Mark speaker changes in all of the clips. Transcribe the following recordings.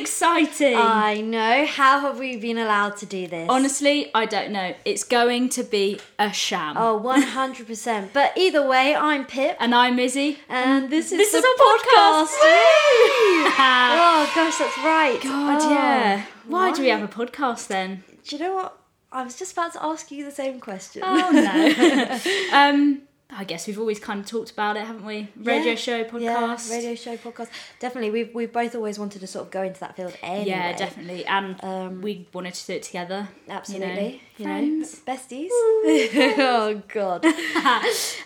Speaker 1: exciting.
Speaker 2: I know. How have we been allowed to do this?
Speaker 1: Honestly, I don't know. It's going to be a sham.
Speaker 2: Oh, 100%. but either way, I'm Pip.
Speaker 1: And I'm Izzy.
Speaker 2: And this is
Speaker 1: This
Speaker 2: the
Speaker 1: is our podcast.
Speaker 2: Yay! oh gosh, that's right.
Speaker 1: God,
Speaker 2: Oh.
Speaker 1: yeah. Why do we
Speaker 2: right.
Speaker 1: have a podcast then?
Speaker 2: Do you know what? I was just about to ask you the same question.
Speaker 1: Oh no. um, I guess we've always kind of talked about it, haven't we? Radio
Speaker 2: Yeah.
Speaker 1: show,
Speaker 2: Yeah,
Speaker 1: podcast.
Speaker 2: radio show, podcast. Definitely, we've we've both always wanted to sort of go into that field. Anyway.
Speaker 1: Yeah, definitely. And
Speaker 2: Um,
Speaker 1: we wanted to do it together.
Speaker 2: Absolutely.
Speaker 1: You
Speaker 2: You
Speaker 1: know,
Speaker 2: know,
Speaker 1: friends.
Speaker 2: besties. oh god.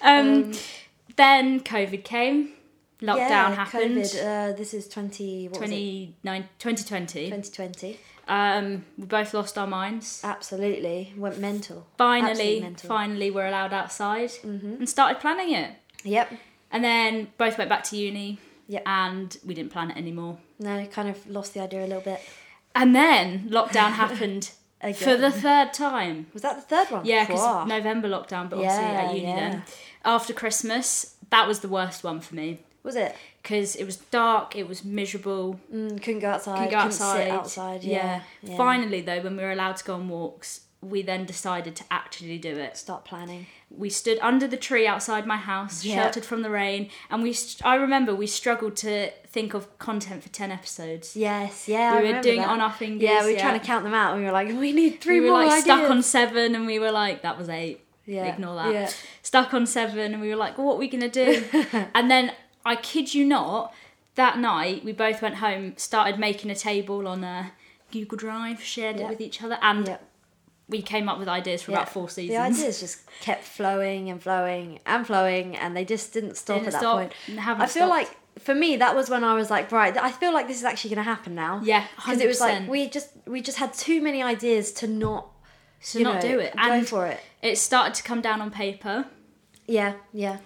Speaker 1: Um, then COVID came, lockdown
Speaker 2: yeah,
Speaker 1: happened.
Speaker 2: COVID. Uh, this is twenty. What
Speaker 1: 29 2020.
Speaker 2: Twenty twenty.
Speaker 1: Um, we both lost our minds.
Speaker 2: Absolutely went mental. Absolutely
Speaker 1: Finally,
Speaker 2: mental. Mm-hmm.
Speaker 1: finally, we're allowed outside and started planning it.
Speaker 2: Yep.
Speaker 1: And then both went back to uni
Speaker 2: Yep.
Speaker 1: and we didn't plan it anymore.
Speaker 2: No, kind of lost the idea a little bit.
Speaker 1: And then lockdown happened for
Speaker 2: Again.
Speaker 1: the third time.
Speaker 2: Was that the third one?
Speaker 1: Yeah, because
Speaker 2: Wow.
Speaker 1: November lockdown, but obviously
Speaker 2: Yeah,
Speaker 1: at uni
Speaker 2: yeah.
Speaker 1: then. After Christmas, that was the worst one for me
Speaker 2: was it?
Speaker 1: because it was dark, it was miserable.
Speaker 2: Mm, couldn't go outside.
Speaker 1: Couldn't go outside.
Speaker 2: sit outside. Yeah. yeah.
Speaker 1: Finally, though, when we were allowed to go on walks, we then decided to actually do it.
Speaker 2: Start planning.
Speaker 1: We stood under the tree outside my house,
Speaker 2: Yep.
Speaker 1: sheltered from the rain, and we. St- I remember we struggled to think of content for ten episodes.
Speaker 2: Yes. Yeah. I
Speaker 1: we were
Speaker 2: remember
Speaker 1: doing
Speaker 2: that.
Speaker 1: it on our fingers.
Speaker 2: Yeah, we were trying to count them out, and we were like, we need three
Speaker 1: We were
Speaker 2: more
Speaker 1: like
Speaker 2: ideas.
Speaker 1: stuck on seven, and we were like, that was eight.
Speaker 2: Yeah,
Speaker 1: Ignore that.
Speaker 2: yeah.
Speaker 1: Stuck on seven, and we were like, what are we gonna do? and then I kid you not, that night we both went home, started making a table on a Google Drive, shared
Speaker 2: Yeah.
Speaker 1: it with each other, and
Speaker 2: Yeah,
Speaker 1: we came up with ideas for
Speaker 2: yeah.
Speaker 1: about four
Speaker 2: The
Speaker 1: seasons.
Speaker 2: ideas just kept flowing and flowing and flowing, and they just didn't stop
Speaker 1: Didn't
Speaker 2: at that
Speaker 1: stop,
Speaker 2: point.
Speaker 1: and haven't
Speaker 2: I feel
Speaker 1: stopped.
Speaker 2: like for me that was when I was like, right, I feel like this is actually going to happen now.
Speaker 1: Yeah,
Speaker 2: because it was like
Speaker 1: 100%.
Speaker 2: we just we just had too many ideas to not
Speaker 1: So
Speaker 2: you
Speaker 1: not
Speaker 2: know,
Speaker 1: do it.
Speaker 2: go
Speaker 1: And
Speaker 2: for it.
Speaker 1: it started to come down on paper.
Speaker 2: Yeah, yeah.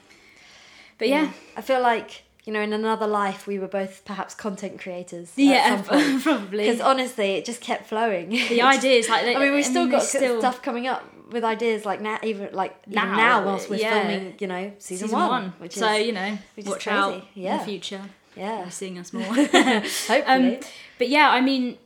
Speaker 1: But yeah.
Speaker 2: I feel like you know, in another life, we were both perhaps content creators.
Speaker 1: Yeah,
Speaker 2: Because
Speaker 1: probably.
Speaker 2: honestly, it just kept flowing.
Speaker 1: The ideas, like, they,
Speaker 2: I mean, we've still
Speaker 1: and
Speaker 2: got
Speaker 1: they still-
Speaker 2: stuff coming up with ideas like now, even like even
Speaker 1: Now,
Speaker 2: now, whilst we're
Speaker 1: yeah.
Speaker 2: filming, you know, season,
Speaker 1: Season
Speaker 2: one,
Speaker 1: one,
Speaker 2: which
Speaker 1: so
Speaker 2: is
Speaker 1: you know,
Speaker 2: which is
Speaker 1: watch
Speaker 2: crazy.
Speaker 1: out in
Speaker 2: Yeah.
Speaker 1: the future.
Speaker 2: yeah,
Speaker 1: You're seeing us more.
Speaker 2: hopefully.
Speaker 1: Um, but yeah, I mean,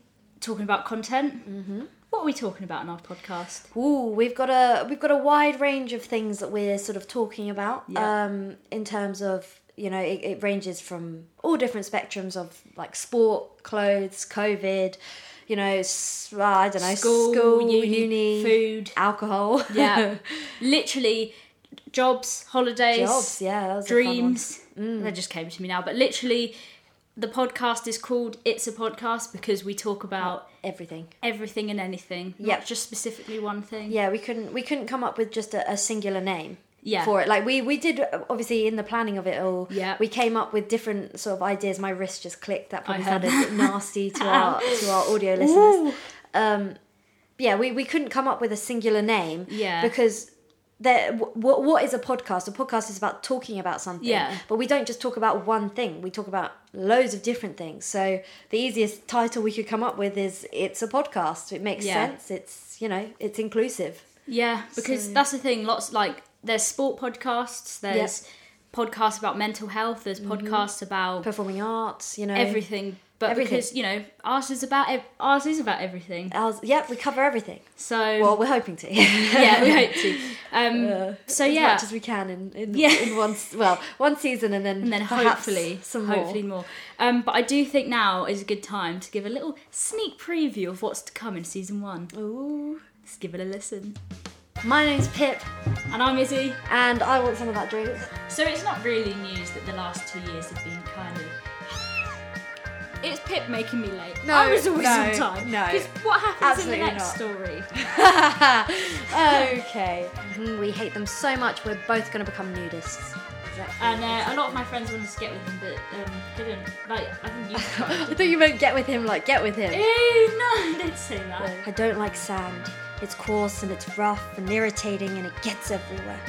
Speaker 1: talking about content,
Speaker 2: Mm-hmm.
Speaker 1: what are we talking about in our podcast?
Speaker 2: Ooh, we've got a we've got a wide range of things that we're sort of talking about.
Speaker 1: Yeah.
Speaker 2: Um, in terms of you know, it, it ranges from all different spectrums of like sport, clothes, COVID, you know, s- uh, I don't know, uni,
Speaker 1: food.
Speaker 2: alcohol,
Speaker 1: Yeah, literally, jobs, holidays,
Speaker 2: jobs. Yeah, that was
Speaker 1: dreams. That just came to me now. But literally, the podcast is called "It's a Podcast" because we talk about
Speaker 2: a fun one. everything.
Speaker 1: everything and anything,
Speaker 2: Yeah.
Speaker 1: not just specifically one thing.
Speaker 2: Yeah, we couldn't we couldn't come up with just a, a singular name.
Speaker 1: Yeah.
Speaker 2: For it, like we we did uh, obviously in the planning of it all.
Speaker 1: Yeah.
Speaker 2: We came up with different sort of ideas. My wrist just clicked. That probably
Speaker 1: I heard
Speaker 2: sounded nasty to our to our audio listeners. Um, yeah, we we couldn't come up with a singular name.
Speaker 1: Yeah.
Speaker 2: Because. There, what what is a podcast? A podcast is about talking about something.
Speaker 1: Yeah.
Speaker 2: But we don't just talk about one thing. We talk about loads of different things. So the easiest title we could come up with is "It's a podcast." It makes
Speaker 1: Yeah.
Speaker 2: sense. It's you know it's inclusive.
Speaker 1: Yeah, because that's the thing. Lots like there's sport podcasts. There's podcasts about mental health. There's
Speaker 2: Mm-hmm.
Speaker 1: podcasts about
Speaker 2: performing arts, you know.
Speaker 1: everything. But
Speaker 2: Everything.
Speaker 1: because you know, ours is about ev- ours is about everything.
Speaker 2: Ours, yeah, we cover everything.
Speaker 1: So
Speaker 2: Well, we're hoping to.
Speaker 1: Um,
Speaker 2: Uh,
Speaker 1: yeah, we hope to. Um, so
Speaker 2: as
Speaker 1: yeah,
Speaker 2: much as we can in, in,
Speaker 1: Yeah.
Speaker 2: in one s- well one season and then
Speaker 1: and then
Speaker 2: perhaps
Speaker 1: hopefully,
Speaker 2: some
Speaker 1: hopefully
Speaker 2: more.
Speaker 1: more. Um, but I do think now is a good time to give a little sneak preview of what's to come in season one.
Speaker 2: Ooh.
Speaker 1: Let's give it a listen.
Speaker 2: My name's Pip,
Speaker 1: And I'm Izzy.
Speaker 2: and I want some of that drink.
Speaker 1: So it's not really news that the last two years have been kind of. It's Pip making me late.
Speaker 2: No,
Speaker 1: I was always
Speaker 2: no,
Speaker 1: on time.
Speaker 2: no.
Speaker 1: Because what happens in the
Speaker 2: Absolutely
Speaker 1: next
Speaker 2: not.
Speaker 1: story?
Speaker 2: okay. Mhm, we hate them so much. We're both going to become nudists. Exactly.
Speaker 1: And uh, a lot of my friends wanted to get with him, but um, didn't. Like I think you tried.
Speaker 2: I thought you meant get with him, like get with him.
Speaker 1: Ew, no, I didn't say that.
Speaker 2: I don't like sand. It's coarse and it's rough and irritating and it gets everywhere.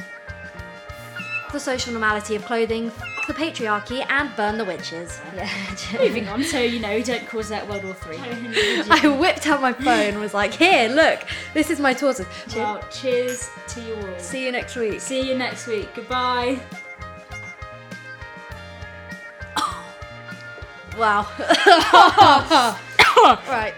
Speaker 2: The social normality of clothing, the patriarchy, and burn the witches. Yeah.
Speaker 1: Moving on, so you know, don't cause that World War Three.
Speaker 2: I whipped out my phone and was like, here, look, this is my tortoise.
Speaker 1: well, cheers to you all. See,
Speaker 2: See you next week.
Speaker 1: See you next week. Goodbye.
Speaker 2: Wow. Right.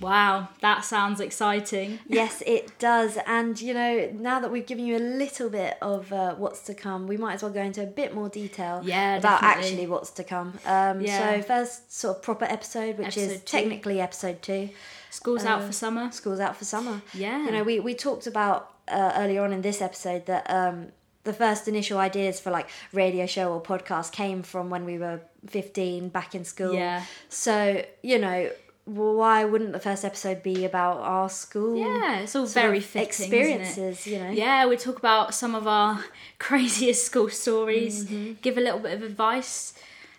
Speaker 1: Wow, that sounds exciting.
Speaker 2: Yes, it does. And you know, now that we've given you a little bit of uh, what's to come, we might as well go into a bit more detail
Speaker 1: Yeah,
Speaker 2: about
Speaker 1: definitely.
Speaker 2: actually what's to come. Um,
Speaker 1: Yeah.
Speaker 2: So first, sort of proper episode, which is
Speaker 1: Episode two.
Speaker 2: technically episode two.
Speaker 1: School's out for summer.
Speaker 2: School's out for summer.
Speaker 1: Yeah.
Speaker 2: You know, we we talked about uh, earlier on in this episode that um, the first initial ideas for like radio show or podcast came from when we were fifteen, back in school.
Speaker 1: Yeah.
Speaker 2: So you know. Why wouldn't the first episode be about our school?
Speaker 1: Yeah, it's all
Speaker 2: sort
Speaker 1: very
Speaker 2: of
Speaker 1: fitting, isn't it?
Speaker 2: experiences, you know.
Speaker 1: Yeah, we talk about some of our craziest school stories, give a little bit of advice.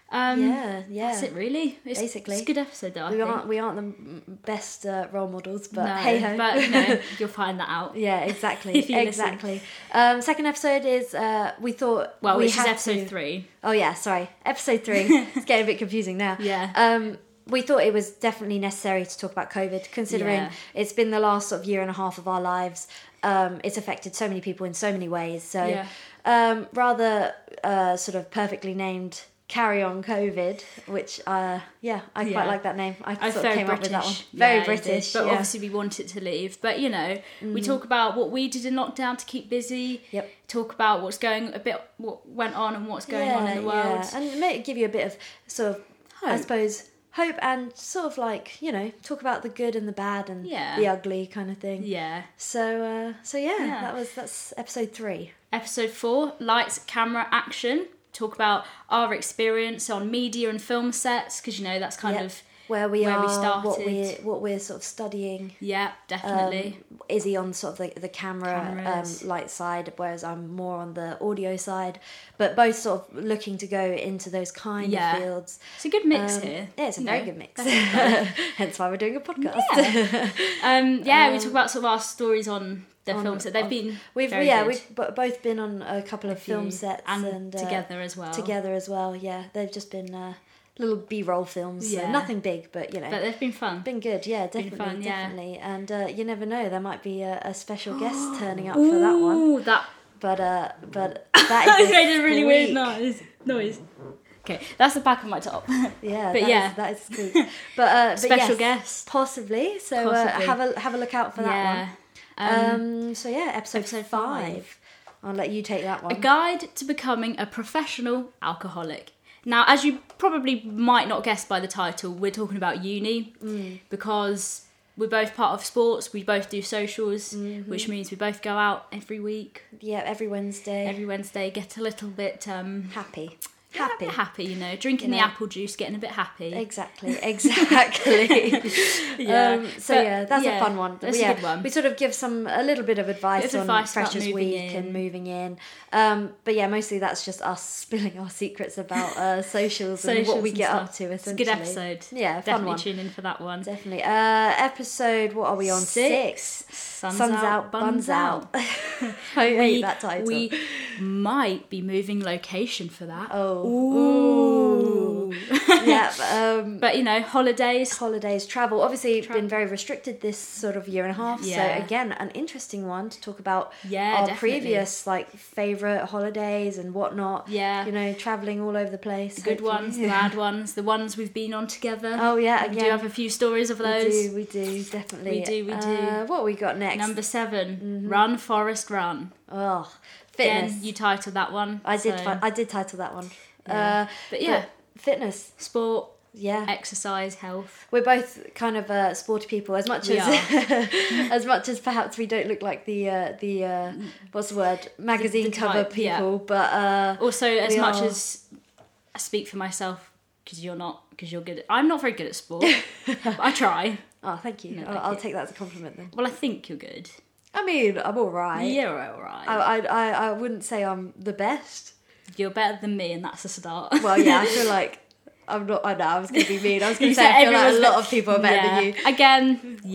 Speaker 1: Um,
Speaker 2: yeah, yeah.
Speaker 1: That's it, really. It's,
Speaker 2: Basically.
Speaker 1: it's a good episode, though. I
Speaker 2: We
Speaker 1: think.
Speaker 2: aren't we aren't the m- best uh, role models, but
Speaker 1: no,
Speaker 2: hey ho.
Speaker 1: but you know, you'll find that out.
Speaker 2: yeah, exactly,
Speaker 1: If you listen.
Speaker 2: exactly. Um, second episode is uh, we thought
Speaker 1: Well,
Speaker 2: we
Speaker 1: which is
Speaker 2: had
Speaker 1: episode
Speaker 2: to-
Speaker 1: three.
Speaker 2: Oh yeah, sorry, episode three. it's getting a bit confusing now.
Speaker 1: Yeah.
Speaker 2: Um, we thought it was definitely necessary to talk about COVID, considering
Speaker 1: Yeah.
Speaker 2: it's been the last sort of year and a half of our lives. Um, it's affected so many people in so many ways. So,
Speaker 1: Yeah.
Speaker 2: um, rather uh, sort of perfectly named "Carry On COVID," which uh, yeah, I quite
Speaker 1: Yeah.
Speaker 2: like that name. I
Speaker 1: I
Speaker 2: sort of came
Speaker 1: British.
Speaker 2: up with that one. Very
Speaker 1: Yeah, it
Speaker 2: British,
Speaker 1: is, but
Speaker 2: yeah. Mm.
Speaker 1: obviously we want it to leave. But you know, we talk about what we did in lockdown to keep busy.
Speaker 2: Yep.
Speaker 1: Talk about what's going a bit, what went on and what's going on in the
Speaker 2: yeah.
Speaker 1: world.
Speaker 2: and may give you a bit of sort of I
Speaker 1: Hope.
Speaker 2: suppose hope and sort of like you know talk about the good and the bad and
Speaker 1: Yeah.
Speaker 2: the ugly kind of thing.
Speaker 1: Yeah.
Speaker 2: So uh, so yeah,
Speaker 1: Yeah.
Speaker 2: that was that's episode three.
Speaker 1: Episode four: lights, camera, action. Talk about our experience on media and film sets because you know that's kind
Speaker 2: Yep.
Speaker 1: of
Speaker 2: where we
Speaker 1: where
Speaker 2: are,
Speaker 1: we
Speaker 2: what
Speaker 1: started.
Speaker 2: we what we're sort of studying. Um,
Speaker 1: yeah, definitely.
Speaker 2: Is he on sort of the, the camera
Speaker 1: Cameras.
Speaker 2: um, light side, whereas I'm more on the audio side, but both sort of looking to go into those kind
Speaker 1: Yeah.
Speaker 2: of fields.
Speaker 1: it's a good mix
Speaker 2: Um,
Speaker 1: here.
Speaker 2: yeah, it's a
Speaker 1: you
Speaker 2: very
Speaker 1: know.
Speaker 2: good mix.
Speaker 1: That's-
Speaker 2: Hence why we're doing a podcast.
Speaker 1: Um, yeah, we talk about sort of our stories on the film set. They've been
Speaker 2: We've
Speaker 1: very
Speaker 2: yeah
Speaker 1: good.
Speaker 2: we've b- both been on a couple of film
Speaker 1: few-
Speaker 2: sets
Speaker 1: and,
Speaker 2: and, uh,
Speaker 1: together as well.
Speaker 2: together as well. Yeah, they've just been uh, little B-roll films. so
Speaker 1: Yeah.
Speaker 2: nothing big, but you know.
Speaker 1: but they've been fun.
Speaker 2: been good, yeah, definitely,
Speaker 1: fun, yeah.
Speaker 2: definitely, and uh, you never know, there might be a, a special guest turning up for that one.
Speaker 1: Ooh, that
Speaker 2: But uh, but that is
Speaker 1: I made a really weird
Speaker 2: squeak.
Speaker 1: noise. Noise. Okay, that's the back of my top.
Speaker 2: Yeah,
Speaker 1: But
Speaker 2: that is-
Speaker 1: yeah.
Speaker 2: that is squeak. But uh, but
Speaker 1: Special
Speaker 2: yes,
Speaker 1: guest.
Speaker 2: possibly. So Uh,
Speaker 1: Possibly.
Speaker 2: have a have a look out for that
Speaker 1: yeah.
Speaker 2: one.
Speaker 1: Um,
Speaker 2: Um, so yeah, episode,
Speaker 1: episode
Speaker 2: 5
Speaker 1: five.
Speaker 2: I'll let you take that one.
Speaker 1: a guide to becoming a professional alcoholic. Now, as you probably might not guess by the title, we're talking about uni
Speaker 2: Mm.
Speaker 1: because we're both part of sports. We both do socials,
Speaker 2: Mm-hmm.
Speaker 1: which means we both go out every week,
Speaker 2: yeah, every Wednesday.
Speaker 1: every Wednesday. Get a little bit um,
Speaker 2: happy.
Speaker 1: a
Speaker 2: Happy.
Speaker 1: bit happy, you know, drinking
Speaker 2: You
Speaker 1: the
Speaker 2: know.
Speaker 1: apple juice, getting a bit happy.
Speaker 2: Exactly, exactly.
Speaker 1: Yeah.
Speaker 2: Um, so
Speaker 1: But,
Speaker 2: yeah, that's
Speaker 1: yeah,
Speaker 2: a fun one.
Speaker 1: that's a
Speaker 2: yeah,
Speaker 1: good one.
Speaker 2: We sort of give some a little bit of advice
Speaker 1: Bit of
Speaker 2: on
Speaker 1: advice about
Speaker 2: Freshers
Speaker 1: moving in.
Speaker 2: Week and moving in. Um, but yeah, mostly that's just us spilling our secrets about uh, socials, and what
Speaker 1: Socials
Speaker 2: we
Speaker 1: and
Speaker 2: get up
Speaker 1: stuff.
Speaker 2: to.
Speaker 1: It's a
Speaker 2: Essentially,
Speaker 1: good episode.
Speaker 2: Yeah, fun
Speaker 1: Definitely
Speaker 2: one.
Speaker 1: tune in for that one.
Speaker 2: Definitely. Uh, episode. What are we on?
Speaker 1: Sun's,
Speaker 2: Sun's
Speaker 1: out,
Speaker 2: out,
Speaker 1: buns,
Speaker 2: buns
Speaker 1: out.
Speaker 2: out. I hate
Speaker 1: We-
Speaker 2: that title.
Speaker 1: We might be moving location for that.
Speaker 2: Oh.
Speaker 1: Ooh.
Speaker 2: yeah. Um,
Speaker 1: But you know, holidays.
Speaker 2: holidays, travel. Obviously, been very restricted this sort of year and a half.
Speaker 1: Yeah.
Speaker 2: So again, an interesting one to talk about.
Speaker 1: Yeah,
Speaker 2: our
Speaker 1: definitely.
Speaker 2: previous like favorite holidays and whatnot.
Speaker 1: Yeah.
Speaker 2: you know, traveling all over the place.
Speaker 1: Good
Speaker 2: hopefully.
Speaker 1: ones, the bad ones, the ones we've been on together.
Speaker 2: Oh yeah,
Speaker 1: we
Speaker 2: again.
Speaker 1: do have a few stories of
Speaker 2: we
Speaker 1: those.
Speaker 2: do, we do, definitely.
Speaker 1: We do, we do.
Speaker 2: Uh, what we got next? Mm-hmm.
Speaker 1: Number 7 Run Forest Run.
Speaker 2: oh,
Speaker 1: Again,
Speaker 2: fitness.
Speaker 1: you titled that one.
Speaker 2: I did.
Speaker 1: so-
Speaker 2: fi- I did title that one. Uh,
Speaker 1: But yeah.
Speaker 2: fitness.
Speaker 1: sport,
Speaker 2: Yeah,
Speaker 1: exercise, health.
Speaker 2: we're both kind of uh, sporty people as much
Speaker 1: We
Speaker 2: as as much as perhaps we don't look like the uh, the uh, what's the word magazine cover
Speaker 1: type, yeah.
Speaker 2: people but uh,
Speaker 1: Also, as
Speaker 2: We
Speaker 1: much
Speaker 2: are-
Speaker 1: as I speak for myself, because you're not, because you're good. At, I'm not very good at sport. but I try.
Speaker 2: oh thank you
Speaker 1: No,
Speaker 2: I'll,
Speaker 1: thank
Speaker 2: I'll
Speaker 1: you.
Speaker 2: take that as a compliment then
Speaker 1: Well, I think you're good.
Speaker 2: I mean I'm all right
Speaker 1: You're all right.
Speaker 2: I, I I I wouldn't say I'm the best
Speaker 1: You're better than me, and that's a start.
Speaker 2: well yeah I feel like I'm not I know I was gonna be mean I was gonna
Speaker 1: You
Speaker 2: say
Speaker 1: said
Speaker 2: I feel like a
Speaker 1: everyone's
Speaker 2: lot of people are better
Speaker 1: yeah.
Speaker 2: than you
Speaker 1: Again,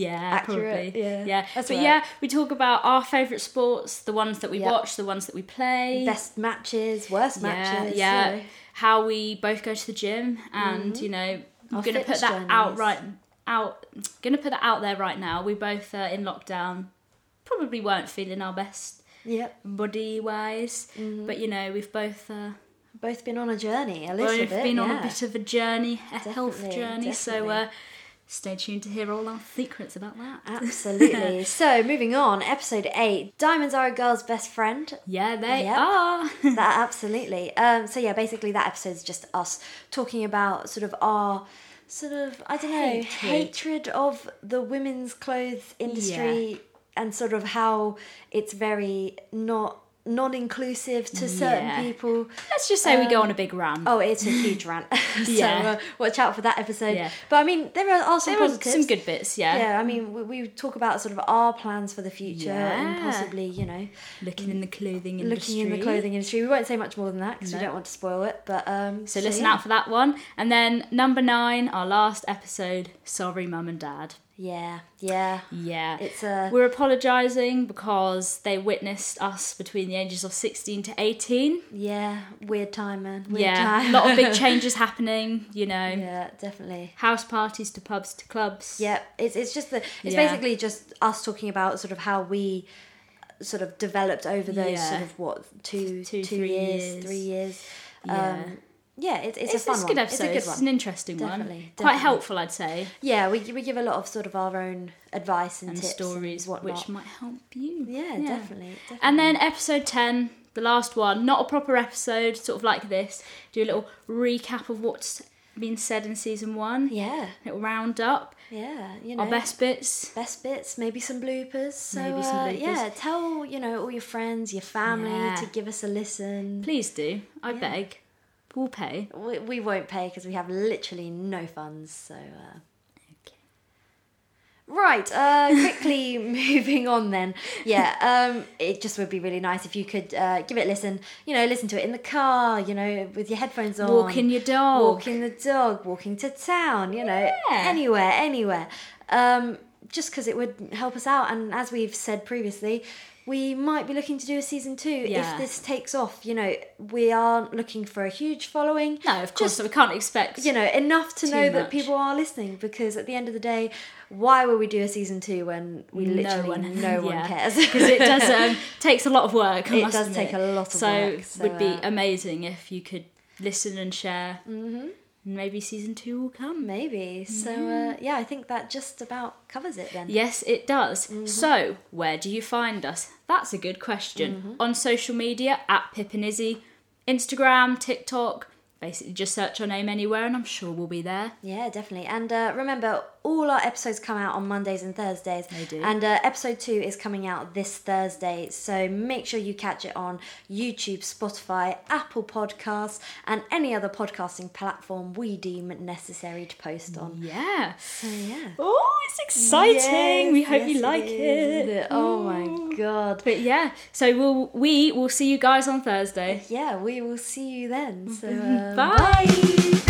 Speaker 1: yeah,
Speaker 2: Accurate,
Speaker 1: probably.
Speaker 2: yeah.
Speaker 1: yeah.
Speaker 2: That's
Speaker 1: but
Speaker 2: all
Speaker 1: yeah, we talk about our favourite sports, the ones that we
Speaker 2: Yeah.
Speaker 1: watch, the ones that we play.
Speaker 2: best matches worst
Speaker 1: yeah,
Speaker 2: matches
Speaker 1: yeah.
Speaker 2: you know.
Speaker 1: How we both go to the gym, and you know, I'm
Speaker 2: Mm-hmm. Our
Speaker 1: gonna put
Speaker 2: fitness
Speaker 1: that out
Speaker 2: journeys.
Speaker 1: right out. Gonna put that out there right now. We both uh, in lockdown, probably weren't feeling our best
Speaker 2: yeah Mm-hmm.
Speaker 1: body wise, but you know, we've both uh,
Speaker 2: both been on a journey a little
Speaker 1: We've
Speaker 2: bit.
Speaker 1: been on
Speaker 2: yeah.
Speaker 1: a bit of a journey, a health
Speaker 2: Definitely,
Speaker 1: journey. So
Speaker 2: definitely.
Speaker 1: uh, stay tuned to hear all our secrets about that.
Speaker 2: Uh, Absolutely. so moving on, episode eight. Diamonds are a girl's best friend.
Speaker 1: yeah, they
Speaker 2: Yep.
Speaker 1: are.
Speaker 2: that absolutely. Um, so yeah, basically that episode's just us talking about sort of our sort of I don't know
Speaker 1: Hatred.
Speaker 2: hatred of the women's clothes industry and sort of how it's very not non-inclusive to certain
Speaker 1: Yeah.
Speaker 2: people.
Speaker 1: Let's just say we go on a big rant.
Speaker 2: Oh, it's a huge rant. so
Speaker 1: Yeah.
Speaker 2: uh, watch out for that episode.
Speaker 1: Yeah.
Speaker 2: But I mean, there are some
Speaker 1: there were
Speaker 2: positives.
Speaker 1: some good bits. Yeah.
Speaker 2: Yeah, I mean, we, we talk about sort of our plans for the future and
Speaker 1: Yeah.
Speaker 2: possibly, you know,
Speaker 1: looking in the clothing industry.
Speaker 2: looking in the clothing industry. We won't say much more than that because we
Speaker 1: No.
Speaker 2: don't want to spoil it. But um,
Speaker 1: So listen
Speaker 2: yeah.
Speaker 1: out for that one. And then number nine, our last episode. Sorry, mum and dad.
Speaker 2: Yeah, yeah,
Speaker 1: Yeah.
Speaker 2: It's uh, a-
Speaker 1: We're apologising because they witnessed us between the ages of 16 to 18.
Speaker 2: yeah. Weird time, man. Weird
Speaker 1: yeah.
Speaker 2: time.
Speaker 1: a lot of big changes happening, you know.
Speaker 2: yeah, definitely.
Speaker 1: House parties to pubs to clubs.
Speaker 2: Yeah, it's it's just the it's
Speaker 1: Yeah.
Speaker 2: basically just us talking about sort of how we uh, sort of developed over those
Speaker 1: Yeah.
Speaker 2: sort of what two
Speaker 1: Two,
Speaker 2: two
Speaker 1: three
Speaker 2: years,
Speaker 1: years.
Speaker 2: three years.
Speaker 1: Yeah.
Speaker 2: Um, yeah, it's, it's,
Speaker 1: It's,
Speaker 2: a fun
Speaker 1: it's a
Speaker 2: one.
Speaker 1: good episode.
Speaker 2: It's a good
Speaker 1: an
Speaker 2: one.
Speaker 1: interesting one.
Speaker 2: Definitely,
Speaker 1: Quite
Speaker 2: definitely.
Speaker 1: helpful, I'd say,
Speaker 2: Yeah, we, we give a lot of sort of our own advice and,
Speaker 1: and
Speaker 2: tips
Speaker 1: stories
Speaker 2: and whatnot.
Speaker 1: which might help you.
Speaker 2: yeah, definitely, definitely.
Speaker 1: And then episode 10, the last one, not a proper episode, sort of like this. Do a little recap of what's been said in season one.
Speaker 2: yeah,
Speaker 1: Little roundup,
Speaker 2: yeah, you know,
Speaker 1: our best bits.
Speaker 2: best bits, maybe some bloopers. So
Speaker 1: Maybe some
Speaker 2: uh,
Speaker 1: bloopers.
Speaker 2: yeah, tell you know all your friends, your family
Speaker 1: Yeah.
Speaker 2: to give us a listen.
Speaker 1: Please do. I beg. We'll pay.
Speaker 2: We, we won't pay because we have literally no funds. So. Uh, Right, uh, quickly moving on then. Yeah, um, it just would be really nice if you could uh, give it a listen. You know, listen to it in the car, you know, with your headphones on.
Speaker 1: Walking your dog.
Speaker 2: Walking the dog, walking to town, you know,
Speaker 1: Oh. Yeah.
Speaker 2: anywhere, anywhere. Um, just because it would help us out. And as we've said previously, we might be looking to do a season two
Speaker 1: Yeah.
Speaker 2: if this takes off. You know, we aren't looking for a huge following
Speaker 1: No, of course, we can't expect.
Speaker 2: you know enough to
Speaker 1: Too
Speaker 2: know that
Speaker 1: much.
Speaker 2: people are listening because at the end of the day why would we do a season two when we
Speaker 1: No
Speaker 2: literally no
Speaker 1: one-
Speaker 2: one,
Speaker 1: yeah.
Speaker 2: cares
Speaker 1: because it does um, takes a lot of work. I
Speaker 2: It
Speaker 1: must
Speaker 2: does
Speaker 1: admit.
Speaker 2: take a lot of
Speaker 1: so
Speaker 2: work, so,
Speaker 1: would be
Speaker 2: uh,
Speaker 1: amazing if you could listen and share. Mm-hmm. And maybe season two will come.
Speaker 2: maybe so uh,
Speaker 1: Mm-hmm.
Speaker 2: yeah i think that just about covers it then
Speaker 1: Yes, it does.
Speaker 2: Mm-hmm.
Speaker 1: So, where do you find us? That's a good question.
Speaker 2: Mm-hmm.
Speaker 1: On social media at Pip and Izzy, Instagram, TikTok. Basically, just search our name anywhere, and I'm sure we'll be there.
Speaker 2: Yeah, definitely. And uh, remember, all our episodes come out on Mondays and Thursdays. They
Speaker 1: do.
Speaker 2: And uh, episode two is coming out this Thursday. So make sure you catch it on YouTube, Spotify, Apple Podcasts, and any other podcasting platform we deem necessary to post on.
Speaker 1: Yeah.
Speaker 2: So, yeah.
Speaker 1: Oh, it's exciting. we
Speaker 2: Yes,
Speaker 1: hope you
Speaker 2: yes,
Speaker 1: like
Speaker 2: is.
Speaker 1: it.
Speaker 2: Oh my god.
Speaker 1: But yeah, so we'll we will see you guys on Thursday.
Speaker 2: Yeah, we will see you then. So uh,
Speaker 1: Bye.